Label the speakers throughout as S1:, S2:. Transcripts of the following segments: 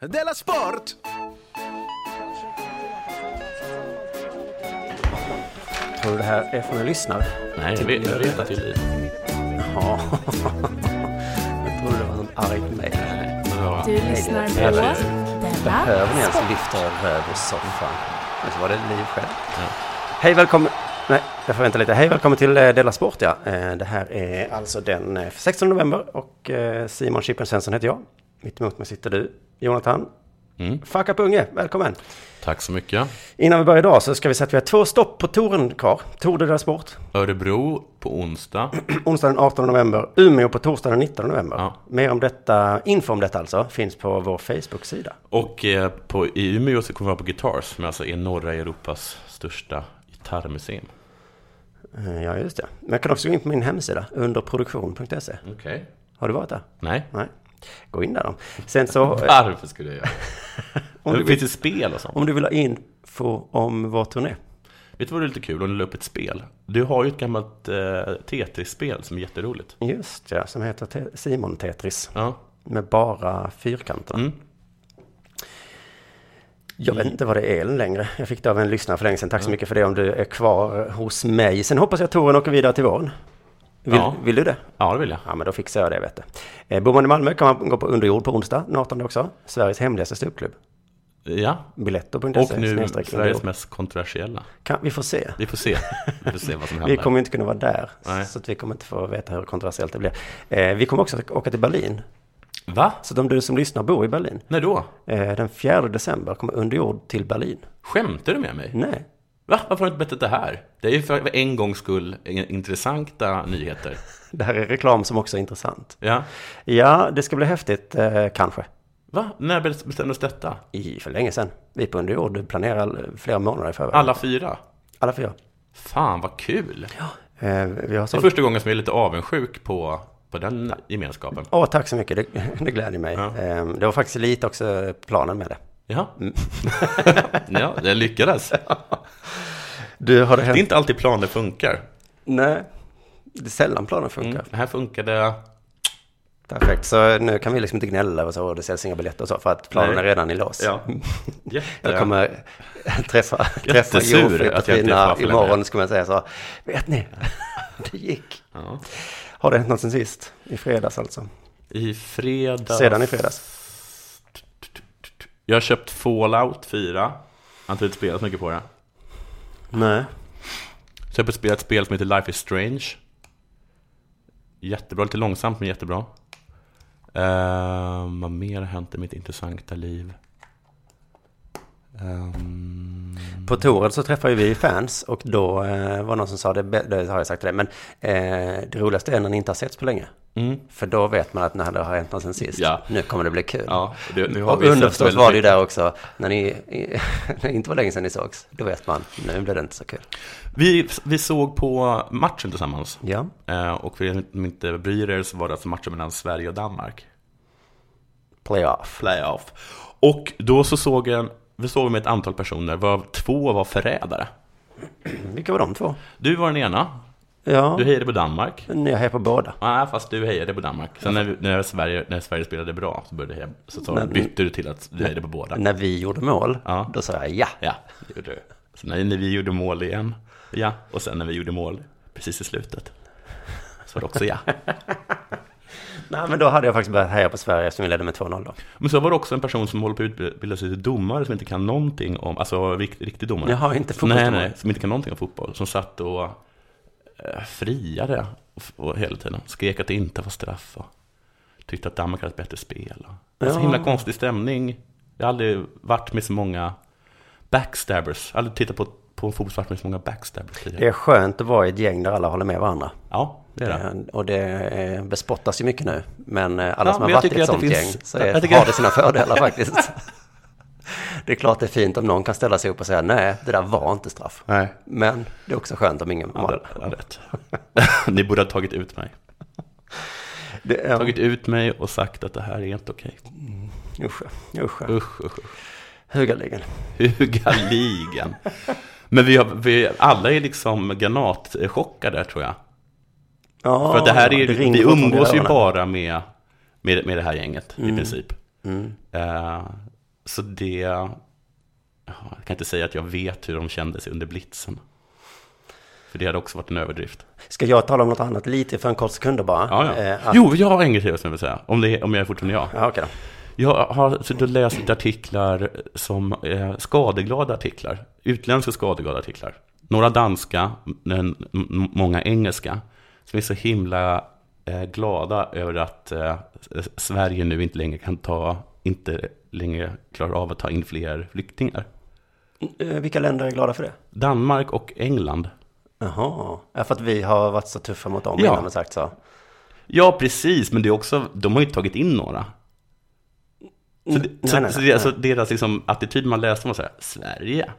S1: Della Sport!
S2: Tror du det här är från en lyssnare?
S3: Nej, det vet jag redan till
S2: Ja. Jag trodde det var någon arg mail.
S4: Du lyssnar på
S2: Eller-
S4: Della
S2: Behöver ni ens
S4: Sport.
S2: lyfta er över soffan? Men så var det liv själv. Hej välkommen. Nej, jag får vänta lite. Hej välkommen till eh, Della Sport ja. Eh, Det här är alltså den eh, 16 november och eh, Simon Chippen Svensson heter jag. Mitt emot mig sitter du, Jonathan.
S3: Mm.
S2: Fuck up unge, välkommen.
S3: Tack så mycket.
S2: Innan vi börjar idag så ska vi säga att vi har två stopp på touren kvar. Tour de Della Sport.
S3: Örebro på onsdag.
S2: Onsdag den 18 november, Umeå på torsdag den 19 november.
S3: Ja.
S2: Mer om detta, info om detta alltså, finns på vår Facebook-sida.
S3: Och eh, på, i Umeå så kommer vi vara på Guitars, som alltså är norra Europas största gitarrmuseum.
S2: Eh, Ja, just det. Men jag kan också gå in på min hemsida, underproduktion.se.
S3: Okej.
S2: Har du varit där?
S3: Nej.
S2: Nej. Gå in där då. Sen så, eh,
S3: Varför skulle jag göra
S2: om
S3: det?
S2: du,
S3: Finns
S2: vill,
S3: det spel och sånt?
S2: om du vill ha info om vår turné.
S3: Vet du vad det är lite kul? Om du la upp ett spel. Du har ju ett gammalt eh, TT-spel som är jätteroligt.
S2: Just det, som heter Te- Simon Tetris.
S3: Ja.
S2: Med bara fyrkanterna.
S3: Mm.
S2: Jag vet inte vad det är längre. Jag fick det av en lyssnare för länge sedan. Tack så mycket för det om du är kvar hos mig. Sen hoppas jag att touren åker vidare till våren. Vill,
S3: Ja.
S2: vill du det?
S3: ja, det vill jag.
S2: Ja, men då fixar jag det, vet du. Eh, bor man i Malmö kan man gå på Underjord på onsdag, den 18 också. Sveriges hemligaste ståuppklubb.
S3: Ja.
S2: Biletto.se.
S3: Och nu
S2: snedstreck
S3: Sveriges
S2: Underjord.
S3: mest kontroversiella.
S2: Kan, vi får se.
S3: Vi får se. Vi får se vad som
S2: Vi
S3: händer.
S2: kommer ju inte kunna vara där,
S3: Nej.
S2: så att vi kommer inte få veta hur kontroversiellt det blir. Eh, vi kommer också att åka till Berlin.
S3: Va?
S2: Så att om du som lyssnar bor i Berlin,
S3: När då?
S2: eh, den 4 december kommer Underjord till Berlin.
S3: Skämtar du med mig?
S2: Nej,
S3: Va? Varför har du inte berättat det här? Det är ju för en gångs skull in- intressanta nyheter.
S2: det här är reklam som också är intressant.
S3: Ja.
S2: Ja, det ska bli häftigt, eh, kanske.
S3: Va? När be- bestämdes detta?
S2: I för länge sedan. Vi på Underjord planerar eh, flera månader i förväg.
S3: Alla fyra?
S2: Alla fyra.
S3: Fan, vad kul!
S2: Eh, vi har
S3: Det är
S2: sålt
S3: första gången som jag är lite avundsjuk på, på den gemenskapen.
S2: Åh, tack så mycket. Det, det gläder mig. Ehm, Det var faktiskt lite också planen med det.
S3: Ja,
S2: Mm.
S3: ja jag lyckades.
S2: Du, har det
S3: Det är
S2: hänt?
S3: inte alltid planer funkar.
S2: Nej, det är sällan planen funkar.
S3: Mm, det här funkade...
S2: Perfekt, så nu kan vi liksom inte gnälla och så, och det säljs inga biljetter och så, för att planen
S3: Nej.
S2: är redan i lås.
S3: Ja.
S2: Jag
S3: Jätte...
S2: kommer träffa, träffa
S3: Jättesur
S2: Jofrid och
S3: att jag inte
S2: Tina
S3: får följa med.
S2: imorgon, så kommer jag säga så. Vet ni, det gick.
S3: Ja.
S2: Har det hänt något sen sist? I fredags alltså?
S3: I fredags...
S2: Sedan i fredags?
S3: Jag har köpt Fallout 4. Jag har inte spelat mycket på det.
S2: Nej.
S3: Så jag har spelat ett spel som heter Life is Strange. Jättebra, lite långsamt men jättebra. Ehm, vad mer har hänt i mitt intressanta liv? Ehm,
S2: På touren så träffade vi fans och då eh, var någon som sa, det, bä- det har jag sagt till dig, men eh, det roligaste är när ni inte har setts på länge.
S3: mm,
S2: För då vet man att när det har hänt något sen sist,
S3: Ja.
S2: nu kommer det bli kul.
S3: ja, det, nu har
S2: och
S3: vi sett
S2: underförstått
S3: väldigt
S2: var det ju
S3: mycket.
S2: där också, när ni, i, det inte var länge sedan ni sågs, då vet man, nu blir det inte så kul.
S3: Vi, vi såg på matchen tillsammans.
S2: Ja,
S3: Eh, och för er som inte bryr er så var det alltså matchen mellan Sverige och Danmark.
S2: playoff.
S3: Playoff. Och då så såg jag, en- vi såg med ett antal personer, varav två var förrädare.
S2: Vilka var de två?
S3: Du var den ena,
S2: Ja,
S3: du hejade på Danmark.
S2: ni är här på båda.
S3: Nej, fast du hejade på Danmark. Sen när, vi- när, Sverige, när Sverige spelade bra så, började jag, så, så
S2: Men-
S3: bytte du till att du hejade på båda.
S2: När vi gjorde mål,
S3: Ja.
S2: då sa jag ja.
S3: Ja, Mm. det gjorde du. Så när, när vi gjorde mål igen, ja. Och sen när vi gjorde mål precis i slutet, så var det också ja.
S2: Nej, men då hade jag faktiskt börjat heja på Sverige eftersom vi ledde med 2-0 då.
S3: Men så var det också en person som håller på att utbilda sig till domare som inte kan någonting om, alltså riktig, riktig domare.
S2: Jaha, inte
S3: nej,
S2: fotbollsdomare.
S3: nej, som inte kan någonting om fotboll. Som satt och eh, friade och, och hela tiden. Skrek att det inte var straff och tyckte att Danmark hade ett bättre spel. Och, Så
S2: Ja.
S3: himla konstig stämning. Jag har aldrig varit med så många backstabbers. Jag har aldrig tittat på, på en fotbollsmatch med så många backstabbers
S2: Det
S3: tidigare.
S2: är skönt att vara i ett gäng där alla håller med varandra.
S3: Ja, det är det.
S2: Eh, Och det eh, bespottas ju mycket nu. Men eh, alla
S3: Ja,
S2: som
S3: men
S2: har
S3: jag
S2: varit i ett
S3: tycker att
S2: sånt
S3: det finns-
S2: gäng så är,
S3: jag tycker-
S2: har det sina fördelar faktiskt. Det är klart det är fint om någon kan ställa sig upp och säga nej, det där var inte straff.
S3: Nej.
S2: Men det är också skönt om ingen...
S3: Ja, det- ja, rätt. Ni borde ha tagit ut mig.
S2: Det är...
S3: Tagit ut mig och sagt att det här är inte okej.
S2: Usch, usch.
S3: Usch, usch, usch.
S2: Hugaligen.
S3: Hugaligen. Men vi har, vi, alla är liksom granatchockade tror jag.
S2: Ja,
S3: För att det här är,
S2: ringer
S3: vi
S2: fortfarande i
S3: umgås ju
S2: öronen. Mm.
S3: bara med, med, med det här gänget i princip. Eh, Så det... Jag kan inte säga att jag vet hur de kände sig under blitzen. För det hade också varit en överdrift.
S2: Ska jag tala om något annat lite för en kort sekund bara?
S3: Ja, ja.
S2: Eh, att-
S3: Jo, jag har en grej till som jag vill säga. Om, det, om jag är fortfarande jag.
S2: Ja, okej då.
S3: Jag har suttit och läst lite artiklar som eh, skadeglada artiklar. Utländska skadeglada artiklar. Några danska, men m- många engelska. Som är så himla eh, glada över att eh, s- Sverige nu inte längre kan ta, inte längre klarar av att ta in fler flyktingar.
S2: Eh, Vilka länder är glada för det?
S3: Danmark och England.
S2: Jaha, ja, för att vi har varit så tuffa mot dem
S3: Ja.
S2: innan och sagt så.
S3: Ja, precis, men det är också, de har ju inte tagit in några. Så, det, så,
S2: Mm. nej, nej,
S3: så
S2: nej.
S3: det, alltså, deras liksom, attityd man läste var så här, Sverige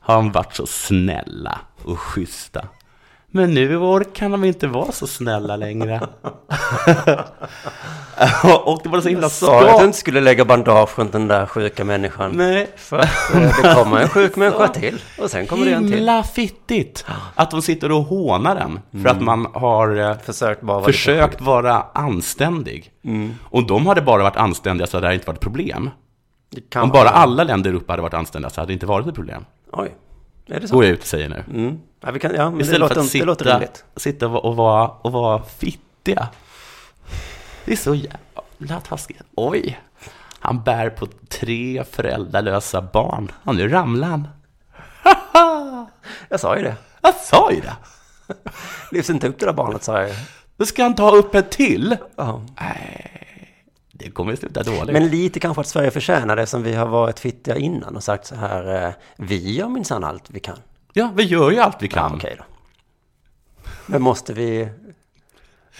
S3: har de varit så snälla och schyssta. Men nu i år kan de inte vara så snälla längre. och det var så himla
S2: Jag sa ju att du
S3: skakigt.
S2: inte skulle lägga bandage runt den där sjuka människan.
S3: Nej,
S2: För att eh, det kommer en sjuk människa till och sen kommer det en till.
S3: himla fittigt att de sitter och hånar en för att
S2: Mm.
S3: man har eh,
S2: Försökt bara vara
S3: försökt vara anständig.
S2: Mm.
S3: Och de hade bara varit anständiga så hade det här inte varit ett problem.
S2: lite... Det kan
S3: Om
S2: vara-
S3: bara alla länder i Europa hade varit anständiga så hade det inte varit ett problem.
S2: Oj, är det så?
S3: Går jag ut och säger nu.
S2: Mm. Ja, vi kan, ja men det
S3: Istället för
S2: låter,
S3: att
S2: det låter
S3: sitta,
S2: rimligt.
S3: sitta och, vara, och vara fittiga. Det är så jävla taskigt. Oj, han bär på tre föräldralösa barn. Ja, nu ramlar han.
S2: Jag sa ju det.
S3: Jag sa ju det.
S2: Lyfts inte upp det där barnet sa jag ju.
S3: Nu ska han ta upp ett till.
S2: Ja.
S3: Det kommer att sluta dåligt.
S2: Men lite kanske att Sverige förtjänar det som vi har varit fittiga innan och sagt så här. eh, Vi gör minsann allt vi kan.
S3: ja, vi gör ju allt vi kan.
S2: Okej då. Men måste vi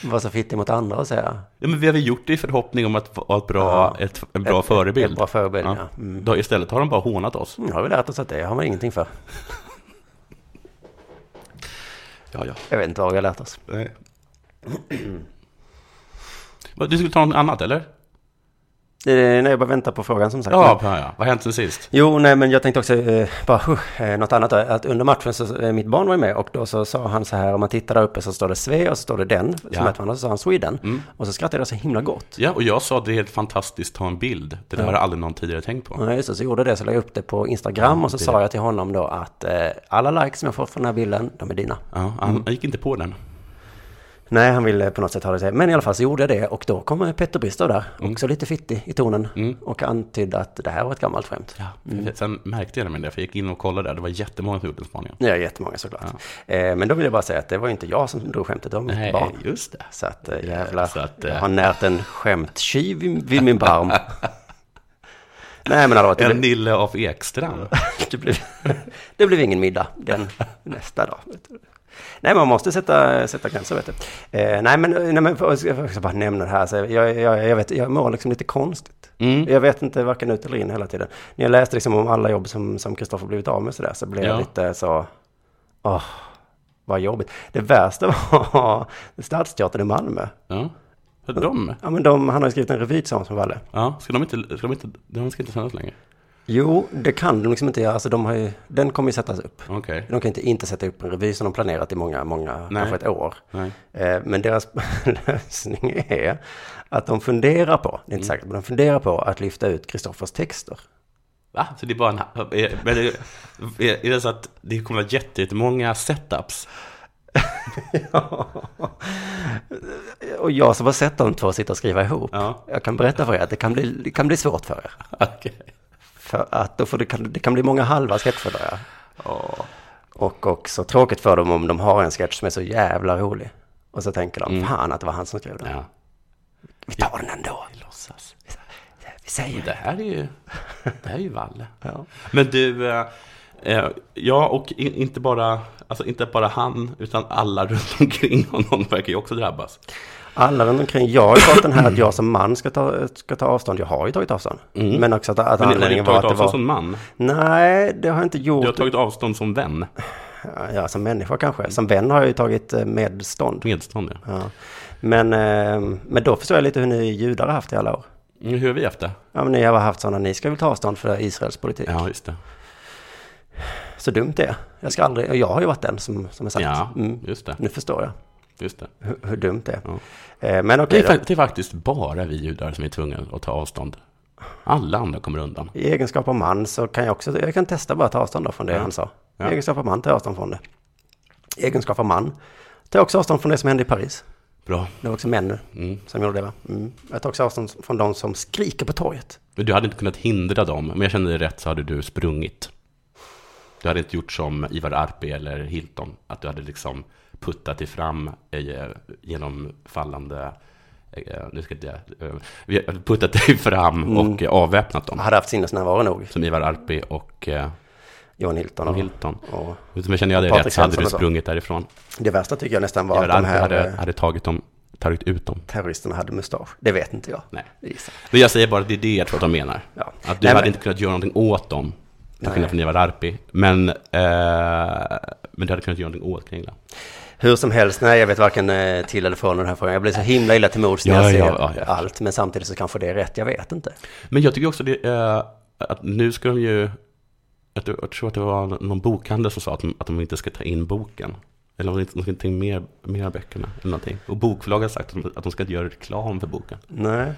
S2: vara så fittiga mot andra och säga?
S3: Ja, men vi har väl gjort det i förhoppning om att vara ett bra, ett, en bra
S2: Ett-
S3: förebild.
S2: ett bra förebild, ja. Mm.
S3: Då, istället har de bara hånat oss.
S2: Nu "Mm, har vi lärt oss att det har man ingenting för.
S3: Ja, ja.
S2: Jag vet inte vad vi har lärt oss.
S3: Nej. Vad, Du skulle ta något annat eller?
S2: Det är när Eh, jag bara väntar på frågan som sagt.
S3: Ja, ja, ja. Vad har hänt sen sist?
S2: Jo, nej, men jag tänkte också eh, bara, huh, eh, något annat. eh, Att under matchen så, eh, mitt barn var ju med och då så sa han så här, om man tittar där uppe så står det Sve och så står det den,
S3: Ja.
S2: som hette varandra, så sa han Sweden. Och så skrattade jag så himla gott.
S3: Ja, och jag sa att det är helt fantastiskt att ta en bild. Det där har aldrig någon tidigare tänkt på.
S2: Ja, just det, så gjorde jag det, så la jag upp det på Instagram och så sa jag till honom då att eh, alla likes som jag fått från den här bilden, de är dina.
S3: Ja, han han gick inte på den.
S2: Nej, han ville på något sätt ha det sig. Men i alla fall så gjorde jag det och då kom Petter Bristow där,
S3: Mm.
S2: också lite fittig i tonen. Och antydde att det här var ett gammalt skämt.
S3: Ja, Mm. Sen märkte jag det med det, för jag gick in och kollade där. Det var jättemånga som gjorde den spaningen.
S2: Ja, jättemånga såklart. Eh, men då vill jag bara säga att det var ju inte jag som drog skämtet, det var mitt
S3: Nej,
S2: barn.
S3: just det.
S2: Så att eh, jävlar,
S3: Så att, eh,
S2: jag har närt en skämttjuv vid- vid min barm. Nej men allvarligt, det,
S3: En
S2: blev-
S3: Nille av Ekstrand.
S2: det, blev, det blev ingen middag den nästa dag. Vet du. Nej, man måste sätta, sätta gränser, vet du. Eh, nej, men, nej, men jag ska också bara nämna det här. Så jag, jag, jag, vet, jag mår liksom lite konstigt.
S3: Mm.
S2: Jag vet inte varken ut eller in hela tiden. När jag läste liksom om alla jobb som som Kristoffer blivit av med så, där, så blev jag
S3: Ja.
S2: lite så... Åh, vad jobbigt. Det värsta var Stadsteatern i Malmö.
S3: Ja. För de?
S2: Ja, men de, han har ju skrivit en revy tillsammans med Valle.
S3: Ja, ska de inte, ska de inte, de ska inte sändas längre?
S2: Jo, det kan de liksom inte göra. Alltså, de har ju, den kommer ju sättas upp.
S3: Okej.
S2: De kan inte, inte sätta upp en revy som de planerat i många, många,
S3: Nej.
S2: kanske ett år.
S3: Nej.
S2: Eh, Men deras lösning är att de funderar på, det är
S3: Mm.
S2: inte säkert, men de funderar på att lyfta ut Kristoffers texter.
S3: Va? Så det är bara en... är- Men är, är, är det så att det kommer att vara jätte- jättemånga setups?
S2: Och jag som har sett de två sitta och skriva ihop,
S3: Ja.
S2: jag kan berätta för er att det kan bli, det kan bli svårt för er.
S3: Okej.
S2: För att då får det, kan, det kan bli många halva sketchfördelare. Och också tråkigt för dem om de har en sketch som är så jävla rolig. Och så tänker de,
S3: Mm.
S2: fan att det var han som skrev den.
S3: Ja.
S2: Vi tar den ändå.
S3: Låtsas.
S2: Vi säger
S3: Det
S2: det.
S3: här är ju, det här är ju Valle.
S2: Ja.
S3: Men du, eh, eh, ja och in, inte, bara, alltså inte bara han, utan alla runt omkring honom verkar ju också drabbas.
S2: Alla runt omkring, jag har ju fått den här att jag som man ska ta, ska ta avstånd. Jag har ju tagit avstånd. Men också att, att
S3: Mm. Men ni har ju
S2: anledningen var
S3: tagit
S2: att det
S3: avstånd
S2: var...
S3: som man.
S2: Nej, det har jag inte gjort.
S3: Du har tagit avstånd som vän.
S2: Ja, som människa kanske. Som vän har jag ju tagit eh, medstånd.
S3: Medstånd, ja.
S2: Ja. Men, eh, men då förstår jag lite hur ni judar har haft det i alla år.
S3: Mm, Hur har vi haft det?
S2: Ja, men ni har haft sådana, ni ska väl ta avstånd för Israels politik.
S3: Ja, just det.
S2: Så dumt det är. Jag ska aldrig, och jag har ju varit den som, som har sagt.
S3: Ja,
S2: Mm.
S3: just det.
S2: Nu förstår jag
S3: Just det.
S2: hur, hur dumt det är.
S3: Ja.
S2: Eh, Men
S3: Det
S2: okej
S3: är,
S2: då.
S3: fak- det är faktiskt bara vi judar som är tvungna att ta avstånd Alla andra kommer undan.
S2: I egenskap av man så kan jag också, jag kan testa bara att ta avstånd då från det han sa. I
S3: Ja.
S2: egenskap av man tar jag avstånd från det. I egenskap av man tar jag också avstånd från det som hände i Paris.
S3: Bra.
S2: Det var också män som gjorde det va? Mm. Jag tar också avstånd från de som skriker på torget.
S3: Men Du hade inte kunnat hindra dem. Om jag kände dig rätt så hade du sprungit. Du hade inte gjort som Ivar Arpi eller Hilton. Att du hade liksom puttat dig fram eh, genom fallande... eh, Nu ska inte jag... eh, vi hade Puttat dig
S2: Mm.
S3: fram och eh, avväpnat dem.
S2: Jag hade haft sinnesnärvaro nog,
S3: Som Ivar Arpi och eh,
S2: Johan Hilton.
S3: Tom
S2: Och,
S3: Hilton.
S2: och
S3: Om jag kände jag dig
S2: Patrik
S3: rätt så hade
S2: Svensson
S3: du
S2: och så.
S3: sprungit därifrån.
S2: det värsta tycker jag nästan var
S3: Ivar
S2: att de
S3: Arpi
S2: här
S3: hade,
S2: eh,
S3: hade tagit, dem, tagit ut dem.
S2: terroristerna hade mustasch. Det vet inte jag.
S3: Nej.
S2: Det gissar
S3: Men jag säger bara att det är det jag tror att de menar.
S2: Ja.
S3: Att du
S2: Nej,
S3: hade
S2: men-
S3: inte kunnat göra någonting åt dem, till
S2: Nej.
S3: skillnad från Ivar Arpi. Men, eh, men du hade kunnat göra någonting åt Kringla.
S2: Hur som helst, nej jag vet varken eh, till eller från den här frågan. Jag blir så himla illa till mods när
S3: Ja,
S2: jag ser
S3: ja, ja, ja.
S2: allt. Men samtidigt så kanske det är rätt, jag vet inte.
S3: Men jag tycker också det, eh, att nu ska de ju... Att, jag tror att det var någon bokhandel som sa att de, att de inte ska ta in boken. Eller om det inte någonting mer, mer av böckerna. Eller någonting. Och bokförlaget har sagt att de, att de ska inte göra reklam för boken.
S2: Nej.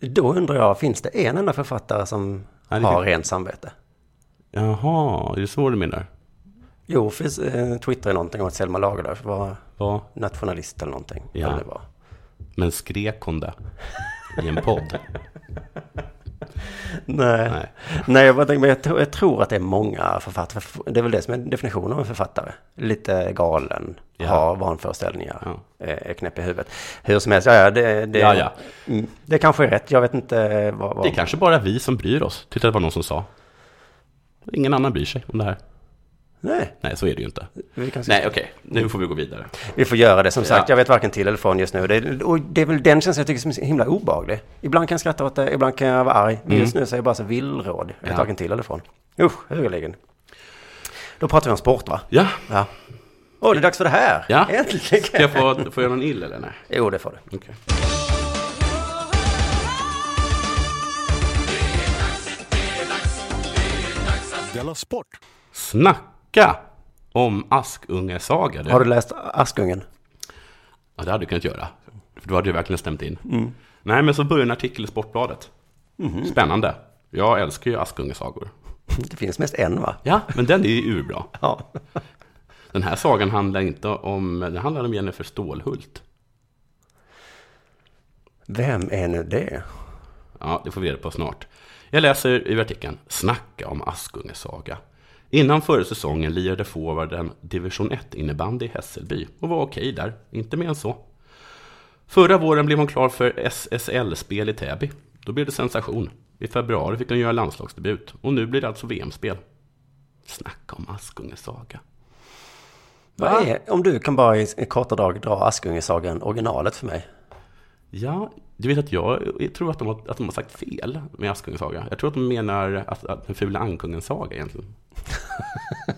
S2: Då undrar jag, finns det en enda författare som
S3: Ja, det
S2: har
S3: fin-
S2: rent samvete?
S3: Jaha, är det så du menar?
S2: Jo, finns, eh, Twitter är någonting om att Selma Lagerlöf var
S3: Ja,
S2: nationalist eller någonting.
S3: Ja.
S2: Eller var.
S3: men skrek hon det i en podd?
S2: Nej. Nej.
S3: Nej.
S2: jag, bara tänkte, men jag, tror, jag tror att det är många författare. För Det är väl det som är definitionen av en författare. Lite galen,
S3: Ja.
S2: har vanföreställningar,
S3: Ja.
S2: eh, är knäpp i huvudet. Hur som helst, ja, ja, det, det,
S3: Ja, ja.
S2: Mm, det kanske är rätt. Jag vet inte vad... vad
S3: Det är kanske bara vi som bryr oss, tyckte jag det var någon som sa. Ingen annan bryr sig om det här.
S2: Nej,
S3: Nej, så är det ju inte.
S2: vi, kanske,
S3: Nej, okej, nu får vi gå vidare.
S2: vi får göra det. Som sagt,
S3: Ja.
S2: jag vet varken till eller från just nu. Det, och det är väl den känslan jag tycker som är så himla obehaglig. Ibland kan jag skratta åt det, ibland kan jag vara arg. Men just nu så är jag bara så villråd. Jag vet
S3: Mm. Ja.
S2: varken till eller från. Usch, högerligen. Då pratar vi om sport va?
S3: Ja,
S2: Ja. Åh, det är dags för det här!
S3: Ja. ska
S2: Äntligen!
S3: jag få, få göra någon ill eller nej?
S2: Jo, det får du.
S3: Okej.
S1: Della Sport!
S3: Snacka om Askungesaga du.
S2: Har du läst Askungen?
S3: Ja, det hade du kunnat göra. För då hade du verkligen stämt in. Nej, men så börjar en artikel i Sportbladet. Spännande. Jag älskar ju Askungesagor.
S2: Det finns mest en va?
S3: Ja, men den är ju urbra.
S2: Ja.
S3: Den här sagan handlar inte om, den handlar om Jennifer Stålhult.
S2: Vem är nu det?
S3: Ja, det får vi reda på snart. Jag läser ur artikeln Snacka om Askunges saga. Innan förra säsongen lirade forwarden division 1 innebandy i Hässelby och var okej där, inte mer än så. Förra våren blev hon klar för SSL-spel i Täby. Då blev det sensation. I februari fick hon göra landslagsdebut och nu blir det alltså VM-spel. Snacka om Askunges saga.
S2: Vad är, om du kan bara i i korta drag dra Askungesagan originalet för mig.
S3: Ja, du vet att jag, jag tror att de, har, att de har sagt fel med Askungens saga. Jag tror att de menar att, att den fula ankungens saga egentligen.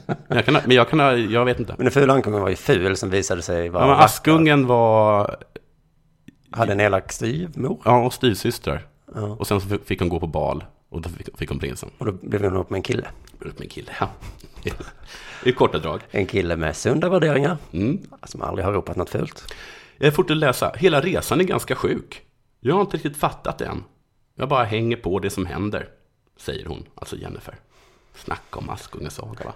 S3: men jag kan, ha- men jag, kan, ha- jag vet inte.
S2: Men den fula ankungen var ju ful som visade sig vara...
S3: Ja, men Askungen var,
S2: Hade en elak styvmor.
S3: ja, och styvsystrar.
S2: Ja.
S3: Och sen så fick- fick hon gå på bal. Och då fick, fick hon prinsen.
S2: Och då blev hon ihop med en kille.
S3: Ut med en kille, ja. I korta drag.
S2: En kille med sunda värderingar.
S3: Mm.
S2: Som aldrig har ropat något fult.
S3: Jag fortsätter läsa. Hela resan är ganska sjuk. Jag har inte riktigt fattat det än. Jag bara hänger på det som händer, säger hon, alltså Jennifer. Snacka om Askungens saga, va?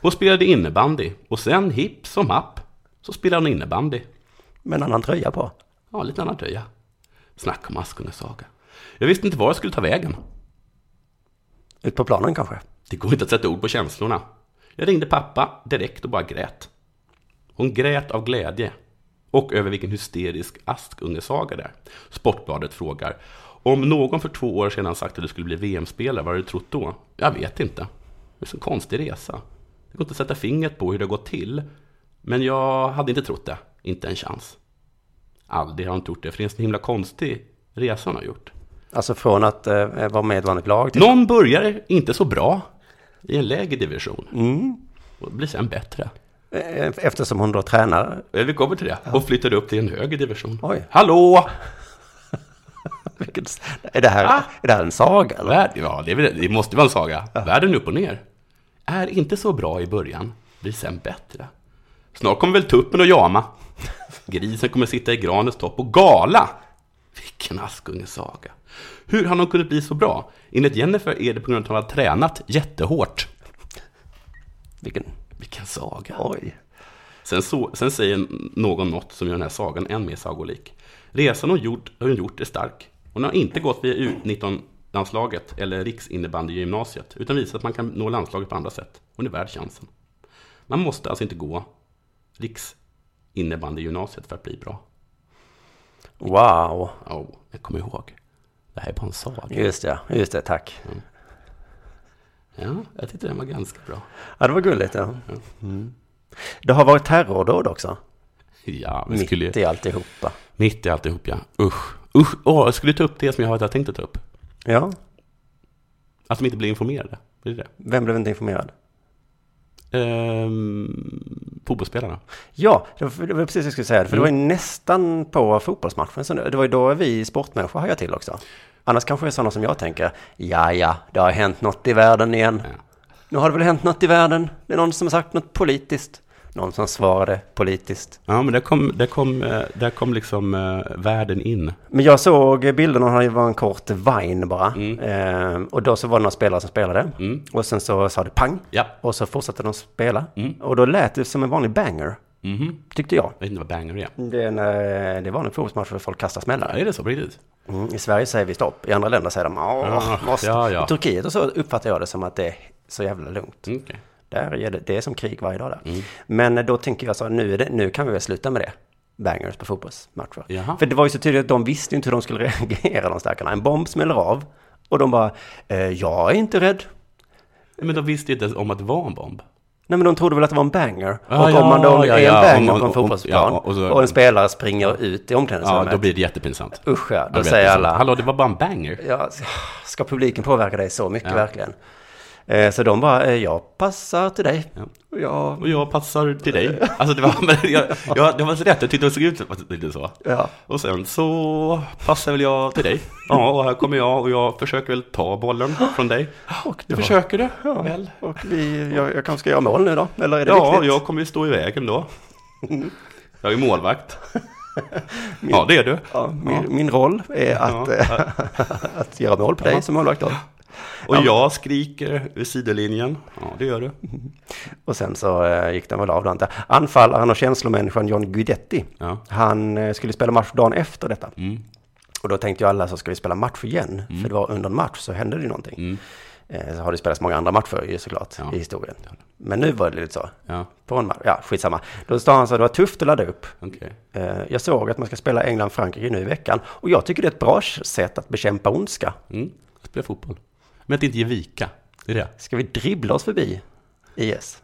S3: Hon spelade innebandy och sen hipp som happ så spelade hon innebandy.
S2: Med en annan tröja på.
S3: Ja, lite annan tröja. Snacka om Askungens saga. Jag visste inte var jag skulle ta vägen.
S2: Ut på planen kanske.
S3: Det går inte att sätta ord på känslorna. Jag ringde pappa direkt och bara grät. Hon grät av glädje. Och över vilken hysterisk askungesaga det är. Sportbladet frågar. Om någon för två år sedan sagt att du skulle bli VM-spelare, vad hade du trott då? Jag vet inte. Det är en så konstig resa. Det går inte att sätta fingret på hur det har gått till. Men jag hade inte trott det. Inte en chans. Aldrig har hon inte gjort det, för det är en så himla konstig resa hon har gjort.
S2: Alltså från att eh, vara med i ett vanligt lag till...
S3: Någon börjar inte så bra i en lägre division och blir sen bättre.
S2: Eh, Eftersom hon då tränar.
S3: Eh, Vi kommer till det. Och flyttar upp till en högre division.
S2: Oj.
S3: Hallå!
S2: Vilket- Är det här,
S3: Ah!
S2: är det här en saga eller?
S3: Värld, ja, det, är väl- det måste vara en saga. Världen upp och ner. Är inte så bra i början, blir sen bättre. Snart kommer väl tuppen och jama. Grisen kommer sitta i granens topp och gala. Vilken Askungesaga. Hur har de kunnat bli så bra? Enligt Jennifer är det på grund av att de har tränat jättehårt.
S2: Vilken...
S3: Vilken saga.
S2: Oj.
S3: Sen, så, sen säger någon något som gör den här sagan än mer sagolik. Resan hon gjort, hon gjort är stark. Hon har inte gått via U19-landslaget eller riksinnebandy-gymnasiet, utan visat att man kan nå landslaget på andra sätt. Hon är värd chansen. Man måste alltså inte gå riksinnebandy-gymnasiet för att bli bra.
S2: Wow.
S3: Oh, jag kommer ihåg. Det här är bara en saga.
S2: Just det, just det. Tack.
S3: Ja, jag tyckte den var ganska bra.
S2: Ja, det var gulligt. Ja. Mm. Det har varit terrordåd också.
S3: Ja, vi
S2: Mitt
S3: skulle,
S2: i alltihopa.
S3: mitt i alltihop ja. Usch. Usch. Åh, jag skulle ta upp det som jag hade tänkt att ta upp.
S2: Ja,
S3: Att de inte blir informerade. Det är det.
S2: vem blev inte informerad?
S3: Ehm, fotbollsspelarna.
S2: Ja, det var, det var precis det jag skulle säga. För det var
S3: Mm.
S2: ju nästan på fotbollsmatchen. Så det var ju då vi sportmänniskor hajade till också. Annars kanske det är sådana som jag tänker. Ja, ja, det har hänt något i världen igen.
S3: Ja.
S2: Nu har det väl hänt något i världen. Det är någon som har sagt något politiskt. Någon som svarade politiskt.
S3: Ja, men där kom, där kom, eh, där kom liksom eh, världen in.
S2: Men jag såg bilderna, han var en kort vine bara.
S3: Mm.
S2: Ehm, och då så var det några spelare som spelade. Och sen så sa det pang.
S3: Ja.
S2: Och så fortsatte de spela. Och då lät det som en vanlig banger.
S3: Mm. Mhm.
S2: Tyckte jag.
S3: Jag vet inte vad banger är.
S2: Det är en, eh, det var en fotbollsmatch där folk kastar
S3: Ja,
S2: smällare.
S3: är det så på riktigt?
S2: Mm, I Sverige säger vi stopp, i andra länder säger de
S3: Ah,
S2: "Åh, måste.
S3: ja, ja.
S2: I Turkiet och så uppfattar jag det som att det är så jävla lugnt.
S3: Mm, okej.
S2: Där är det, det är som krig varje dag där. Men eh, då tänker jag så, här, nu, är det, nu kan vi väl sluta med det. Bangers på fotbollsmatcher.
S3: Jaha.
S2: För det var ju så tydligt att de visste ju inte hur de skulle reagera de stackarna. En bomb smäller av och de bara, eh, jag är inte rädd.
S3: Men de visste ju inte ens om att det var en bomb.
S2: Nej men de trodde väl att det var en banger.
S3: Ah, Ja,
S2: och om man då
S3: ja,
S2: är
S3: ja,
S2: en
S3: om
S2: banger
S3: man-
S2: på en
S3: om-
S2: fotbollsplan
S3: ja, och
S2: och,
S3: så-
S2: en spelare springer ut i
S3: Ja,
S2: omklädningsrummet.
S3: då blir det jättepinsamt.
S2: Usch ja,
S3: Ja,
S2: då säger
S3: jättepinsamt.
S2: alla,
S3: Hallå, det var bara en banger.
S2: Ja, ska publiken påverka dig så mycket verkligen? Eh, Så de bara, eh, jag passar till dig.
S3: Ja.
S2: Och jag-
S3: Och jag passar till dig. Alltså det var, men jag, jag, det var så rätt, jag tyckte det såg ut lite så.
S2: Ja.
S3: Och sen så passar väl jag till dig. Ja, och här kommer jag och jag försöker väl ta bollen från dig. Och du försöker det, väl?
S2: Och vi, jag, jag kanske ska göra mål nu då, eller är det
S3: Ja,
S2: viktigt?
S3: jag kommer ju stå i vägen då. Jag är målvakt. Ja, det är du.
S2: Ja, min, min roll är att, eh, att göra mål på dig som målvakt då.
S3: Och jag skriker ur sidolinjen. Ja, det gör du.
S2: Och sen så eh, gick den väl av då antar jag. Anfallaren och känslomänniskan John Guidetti.
S3: Ja. Mm.
S2: Han eh, skulle spela match dagen efter detta. Och då tänkte ju alla så ska vi spela match igen. För det var under en match så hände det ju någonting. Eh, så har det spelats många andra matcher ju såklart
S3: Mm. Ja.
S2: i historien. Men nu var det lite så.
S3: Ja,
S2: På en match, ja skitsamma. Då sa han så det var tufft att ladda upp.
S3: okej.
S2: Eh, Jag såg att man ska spela England-Frankrike nu i veckan. Och jag tycker det är ett bra sätt att bekämpa ondska.
S3: Mm. Jag spelar fotboll. Men att inte ge vika, det är det.
S2: Ska vi dribbla oss förbi IS?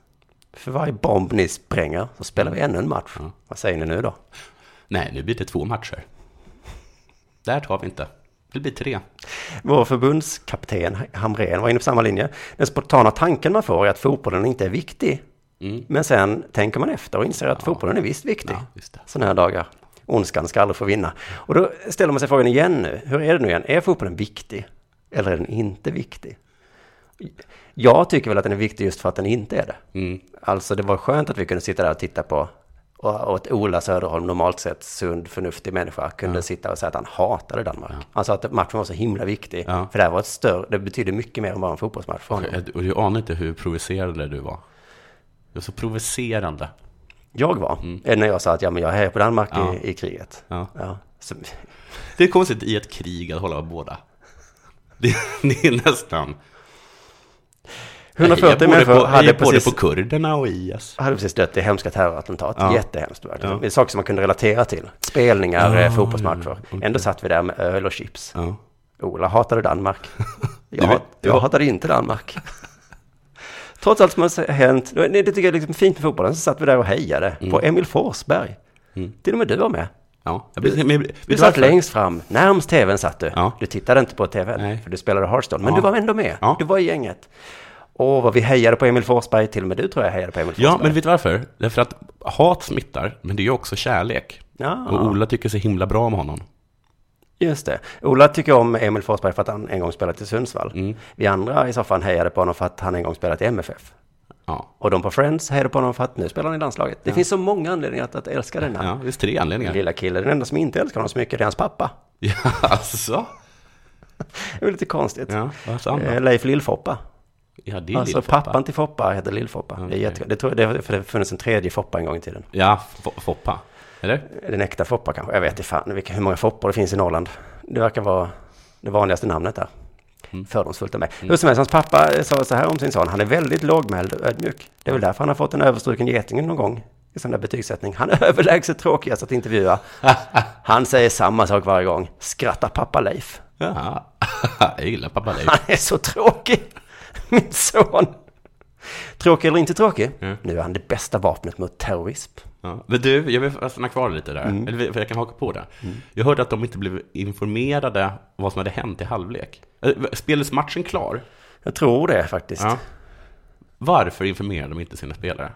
S2: För varje bomb ni spränger så spelar
S3: Mm.
S2: vi ännu en match.
S3: Ja.
S2: Vad säger ni nu då?
S3: Nej, nu blir det två matcher. Där tar vi inte. Det blir tre.
S2: Vår förbundskapten Hamrén var inne på samma linje. Den spontana tanken man får är att fotbollen inte är viktig. Men sen tänker man efter och inser att fotbollen är visst viktig.
S3: Mm. Ja, just det.
S2: Sådana här dagar. Ondskan ska aldrig få vinna. Och då ställer man sig frågan igen nu. Hur är det nu igen? Är fotbollen viktig? Eller är den inte viktig? Jag tycker väl att den är viktig just för att den inte är det.
S3: Mm.
S2: Alltså det var skönt att vi kunde sitta där och titta på och och att Ola Söderholm, normalt sett sund, förnuftig människa, kunde sitta och säga att han hatade Danmark. Han sa att matchen var så himla viktig.
S3: Ja.
S2: För det här var ett större, det betydde mycket mer än bara en fotbollsmatch för honom.
S3: Jag- Och du anar inte hur provocerande du var. Du var så provocerande.
S2: Jag var, eh, när jag sa att ja, men jag hejar på Danmark
S3: Mm. Ja.
S2: i, i kriget.
S3: Ja.
S2: Ja. Så,
S3: Det är konstigt i ett krig att hålla på båda. Det, det är nästan... Jag
S2: 140
S3: är både
S2: människor
S3: på,
S2: hade
S3: hade både
S2: precis...
S3: på kurderna och IS.
S2: hade precis dött i hemska terrorattentat.
S3: Ja.
S2: Jättehemskt verkligen. Det är saker som man kunde relatera till. Spelningar,
S3: Ja,
S2: eh, fotbollsmatcher.
S3: ja, okej.
S2: Ändå satt vi där med öl och chips.
S3: Ja.
S2: Ola hatade Danmark. Jag,
S3: vet-
S2: jag hatade inte Danmark. Trots allt som har hänt, det det tycker jag är liksom fint med fotbollen, så satt vi där och hejade på
S3: Mm.
S2: Emil Forsberg. Till och med du var med.
S3: ja. Jag blir, men, jag blir-
S2: Du
S3: Mm. vet
S2: satt
S3: varför?
S2: längst fram, närmst tvn satt du.
S3: Ja.
S2: Du tittade inte på tvn,
S3: Nej.
S2: för du spelade Hearthstone. Men
S3: Ja.
S2: du var ändå med,
S3: Ja.
S2: du var i gänget. Åh, vad vi hejade på Emil Forsberg, till och med du tror jag hejade på Emil Forsberg.
S3: Ja, men vet du varför? Därför att hat smittar, men det är ju också kärlek.
S2: Ja.
S3: Och Ola tycker så himla bra om honom.
S2: Just det. Ola tycker om Emil Forsberg för att han en gång spelat i Sundsvall.
S3: Mm.
S2: Vi andra i soffan hejade på honom för att han en gång spelat i MFF.
S3: Ja,
S2: Och de på Friends hejade på honom för att nu spelar han i landslaget. Det finns så många anledningar att, att älska denna
S3: ja det finns tre anledningar.
S2: lilla kille. Den enda som inte älskar honom så mycket är hans pappa.
S3: Ja, alltså.
S2: Det var lite konstigt.
S3: Ja, vad sa han då?
S2: Eh, Leif Lillfoppa.
S3: Ja, det är
S2: Alltså
S3: Lill-Foppa.
S2: pappan till Foppa hette Lillfoppa. Det, är
S3: Okej.
S2: jättekonstigt. det, tror jag, det, har- för det har funnits en tredje Foppa en gång i tiden.
S3: Ja, F- Foppa. Eller?
S2: Den äkta Foppa kanske. Jag vet inte fan vilka, hur många Foppor det finns i Norrland. Det verkar vara det vanligaste namnet där. Fördomsfullt av mig. Hur som helst, hans pappa eh, sa så här om sin son. Han är väldigt lågmäld och ödmjuk. Det är väl därför han har fått en överstruken geting någon gång i sån där betygssättning. Han är överlägset tråkigast att intervjua. Han säger samma sak varje gång. Skratta pappa Leif.
S3: Ja, jag gillar pappa Leif.
S2: Han är så tråkig, min son. Tråkig eller inte tråkig, nu är han det bästa vapnet mot terrorism.
S3: Ja. Men du, jag vill stanna kvar lite där.
S2: Mm.
S3: Eller, för jag kan haka på där. Jag hörde att de inte blev informerade vad som hade hänt i halvlek. Eh, Spelades matchen klar?
S2: Jag tror det faktiskt.
S3: Ja. Varför informerade de inte sina spelare?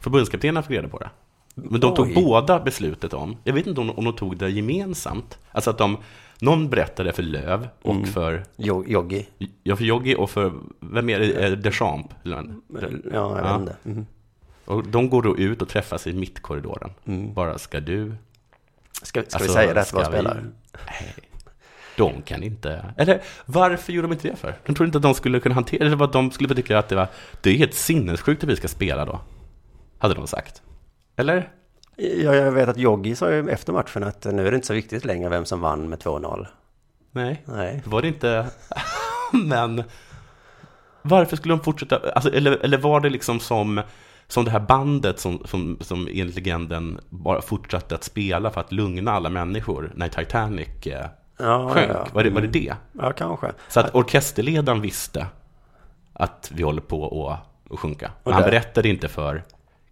S3: Förbundskaptenen fick reda på det. Men de tog
S2: Oj.
S3: båda beslutet om, jag vet inte om, om de tog det gemensamt, alltså att de, någon berättade för Löv och
S2: Mm.
S3: för,
S2: Jo- Joggi,
S3: ja för Joggi och för, vem är det, Eh, Deschamps? eller vad?
S2: ja jag
S3: Ja.
S2: vet inte. Mm.
S3: Och de går då ut och träffas i mittkorridoren.
S2: Mm.
S3: Bara, ska du?
S2: Ska, ska
S3: alltså,
S2: vi säga det till våra
S3: ska vi?"
S2: spelare?
S3: Nej. De kan inte, eller varför gjorde de inte det för? De trodde inte att de skulle kunna hantera, eller vad de skulle tycka att det var, det är helt sinnessjukt att vi ska spela då. Hade de sagt. Eller?
S2: Ja, jag vet att Joggi sa ju efter matchen att nu är det inte så viktigt längre vem som vann med 2-0.
S3: Nej.
S2: Nej.
S3: Var det inte... Men... Varför skulle de fortsätta? Alltså, eller, eller var det liksom som, som det här bandet som, som, som enligt legenden bara fortsatte att spela för att lugna alla människor när Titanic eh,
S2: Ja,
S3: sjönk?
S2: ja.
S3: Var, det, var det det?
S2: ja kanske.
S3: Så att orkesterledaren visste att vi håller på att- att sjunka. Men han
S2: där-
S3: berättade inte för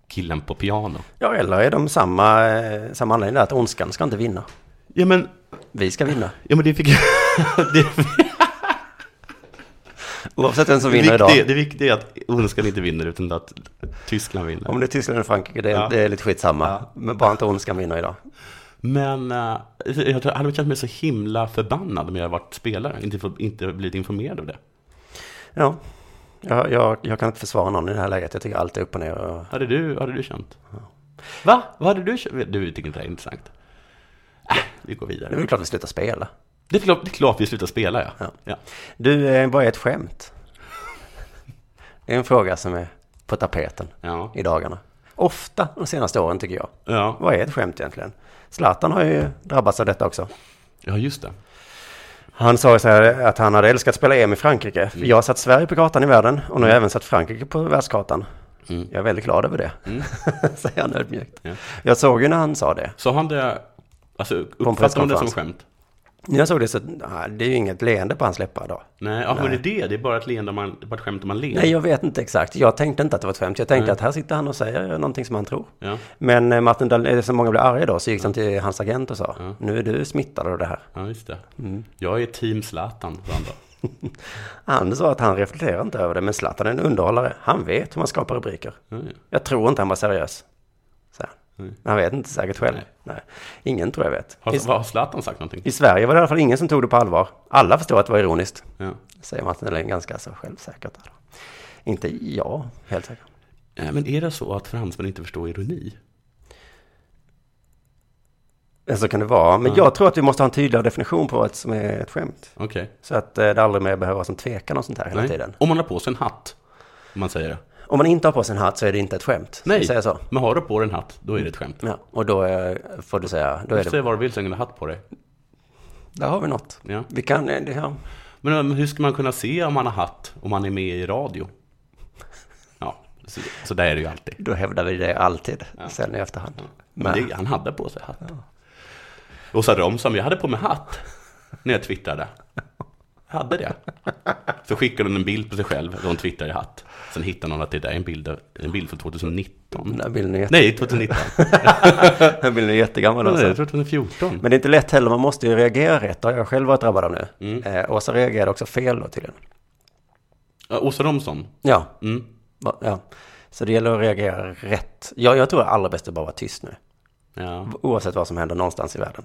S3: killen på piano.
S2: Ja, eller är de samma, eh, samma anledning där, att ondskan ska inte vinna.
S3: Ja men,
S2: Vi ska vinna.
S3: ja, men det fick... det,
S2: Oavsett vem som
S3: det,
S2: vinner
S3: viktiga,
S2: idag.
S3: det viktiga är att ondskan inte vinner utan att Tyskland vinner.
S2: Om det är Tyskland eller Frankrike, det, är-
S3: Ja.
S2: det är lite skitsamma. Men bara inte ondskan vinner idag.
S3: Men eh, jag tror- hade känt mig så himla förbannad om jag hade varit spelare. Inte, få- inte blivit informerad av det.
S2: Ja, jag, jag, jag kan inte försvara någon i det här läget. Jag tycker allt är upp och ner. Och...
S3: Hade du, hade du känt? Va? Vad hade du känt? Du tycker inte det är intressant. Äh, vi går
S2: Det är
S3: vidare.
S2: väl klart vi slutar spela.
S3: Det är klart, det är klart vi slutar spela, ja.
S2: Ja.
S3: ja.
S2: Du, eh, vad är ett skämt? Det är en fråga som är på tapeten
S3: Ja.
S2: i dagarna. Ofta de senaste åren tycker jag.
S3: Ja.
S2: Vad är ett skämt egentligen? Zlatan har ju drabbats av detta också.
S3: ja, just det.
S2: Han sa ju så här att han hade älskat att spela EM i Frankrike.
S3: Mm.
S2: Jag har satt Sverige på kartan i världen och nu har jag även satt Frankrike på världskartan. Jag är väldigt glad över det, säger han ödmjukt.
S3: Mm. Ja.
S2: Jag såg ju när han sa det.
S3: Så han det, alltså uppfattade hon det som
S2: presskonferens.
S3: skämt?
S2: När jag såg det så, nej, det är ju inget leende på hans läppar då.
S3: Nej, ja, men det är det. Det är bara ett leende om man, bara ett skämt om man ler.
S2: Nej, jag vet inte exakt. Jag tänkte inte att det var ett skämt. Jag tänkte att här sitter han och säger någonting som han tror.
S3: Ja.
S2: Men eh, Martin Dahlin, som många blev arga då, så gick de till hans agent och sa, nu är du smittad av det här.
S3: ja, just det.
S2: Mm.
S3: Jag är team Zlatan, sa han då.
S2: Han sa att han reflekterar inte över det, men Zlatan är en underhållare. Han vet hur man skapar rubriker.
S3: Ja, ja.
S2: Jag tror inte han var seriös. Så.
S3: Mm.
S2: Han vet inte säkert själv.
S3: Nej.
S2: Nej. Ingen tror jag vet.
S3: Har,
S2: I,
S3: vad har Zlatan sagt någonting?
S2: I Sverige var det i alla fall ingen som tog det på allvar. Alla förstår att det var ironiskt.
S3: Ja.
S2: Säger Martin Dahlin ganska så självsäkert. Där. Inte jag, helt säkert.
S3: Nej, men är det så att fransmän inte förstår ironi?
S2: Men Så kan det vara. Men jag tror att vi måste ha en tydligare definition på vad som är ett skämt.
S3: Okej.
S2: Så att eh, det aldrig mer behöver vara som tvekan och sånt här hela
S3: Nej.
S2: tiden.
S3: Om man har på sig en hatt, om man säger det.
S2: Om man inte har på sig en hatt så är det inte ett skämt. Ska vi
S3: Nej,
S2: Säga så.
S3: men har du på dig en hatt, då är det ett skämt.
S2: Ja, och då eh, får du säga, då är
S3: Säg
S2: det...
S3: vad du vill så länge du har hatt på dig.
S2: Där har vi något.
S3: Ja.
S2: Vi kan... eh, det- Ja.
S3: Men um, hur ska man kunna se om man har hatt om man är med i radio? Ja, så, så där är det ju alltid.
S2: Då hävdar vi det alltid, sen i efterhand.
S3: Men det, han hade på sig hatt. Åsa Romson, jag hade på mig hatt när jag twittrade. Jag hade det. Så skickade hon en bild på sig själv och hon twittrade i hatt. Sen hittade hon att det där är en bild, av- en bild från 2019.
S2: Den här bilden är, jätte,
S3: Nej, 2019.
S2: den här bilden är jättegammal.
S3: Nej,
S2: Alltså.
S3: jag tror 2014.
S2: Men det är inte lätt heller, man måste ju reagera rätt. Det har jag själv varit drabbad av nu.
S3: Mm.
S2: Eh, och så reagerade också fel då tydligen.
S3: Ja, Åsa Romson.
S2: Ja.
S3: Mm.
S2: Va- ja. Så det gäller att reagera rätt. Ja, jag tror det är allra bäst att bara vara tyst nu.
S3: Ja,
S2: Oavsett vad som händer någonstans i världen.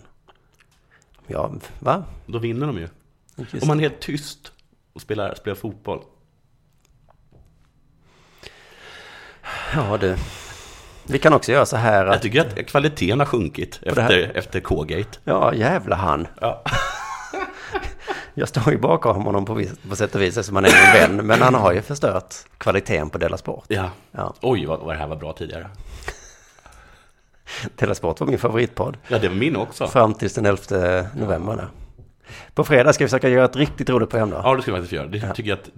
S2: Ja, va?
S3: då vinner de ju.
S2: Just.
S3: Om man är helt tyst och spelar, spelar fotboll.
S2: Ja, du. Vi kan också göra så här
S3: Jag
S2: att...
S3: tycker att kvaliteten har sjunkit
S2: det här-
S3: efter, efter K-gate.
S2: Ja, jävla han.
S3: Ja.
S2: Jag står ju bakom honom på, vis, på sätt och vis eftersom han är min vän. Men han har ju förstört kvaliteten på Della Sport.
S3: Ja.
S2: Ja.
S3: Oj, vad, vad det här var bra tidigare.
S2: Della Sport var min favoritpodd.
S3: Ja, det var min också.
S2: Fram tills den 11 november. där. På fredag ska vi försöka göra ett riktigt roligt program då.
S3: Ja, det ska vi faktiskt göra. Det tycker jag att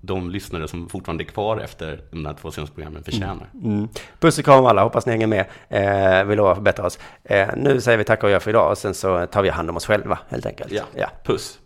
S3: de lyssnare som fortfarande är kvar efter de här två senaste programmen förtjänar.
S2: Mm. Puss och kram alla, hoppas ni hänger med. Eh, vi lovar att förbättra oss. Eh, nu säger vi tack och gör för idag och sen så tar vi hand om oss själva helt enkelt.
S3: Ja. Puss.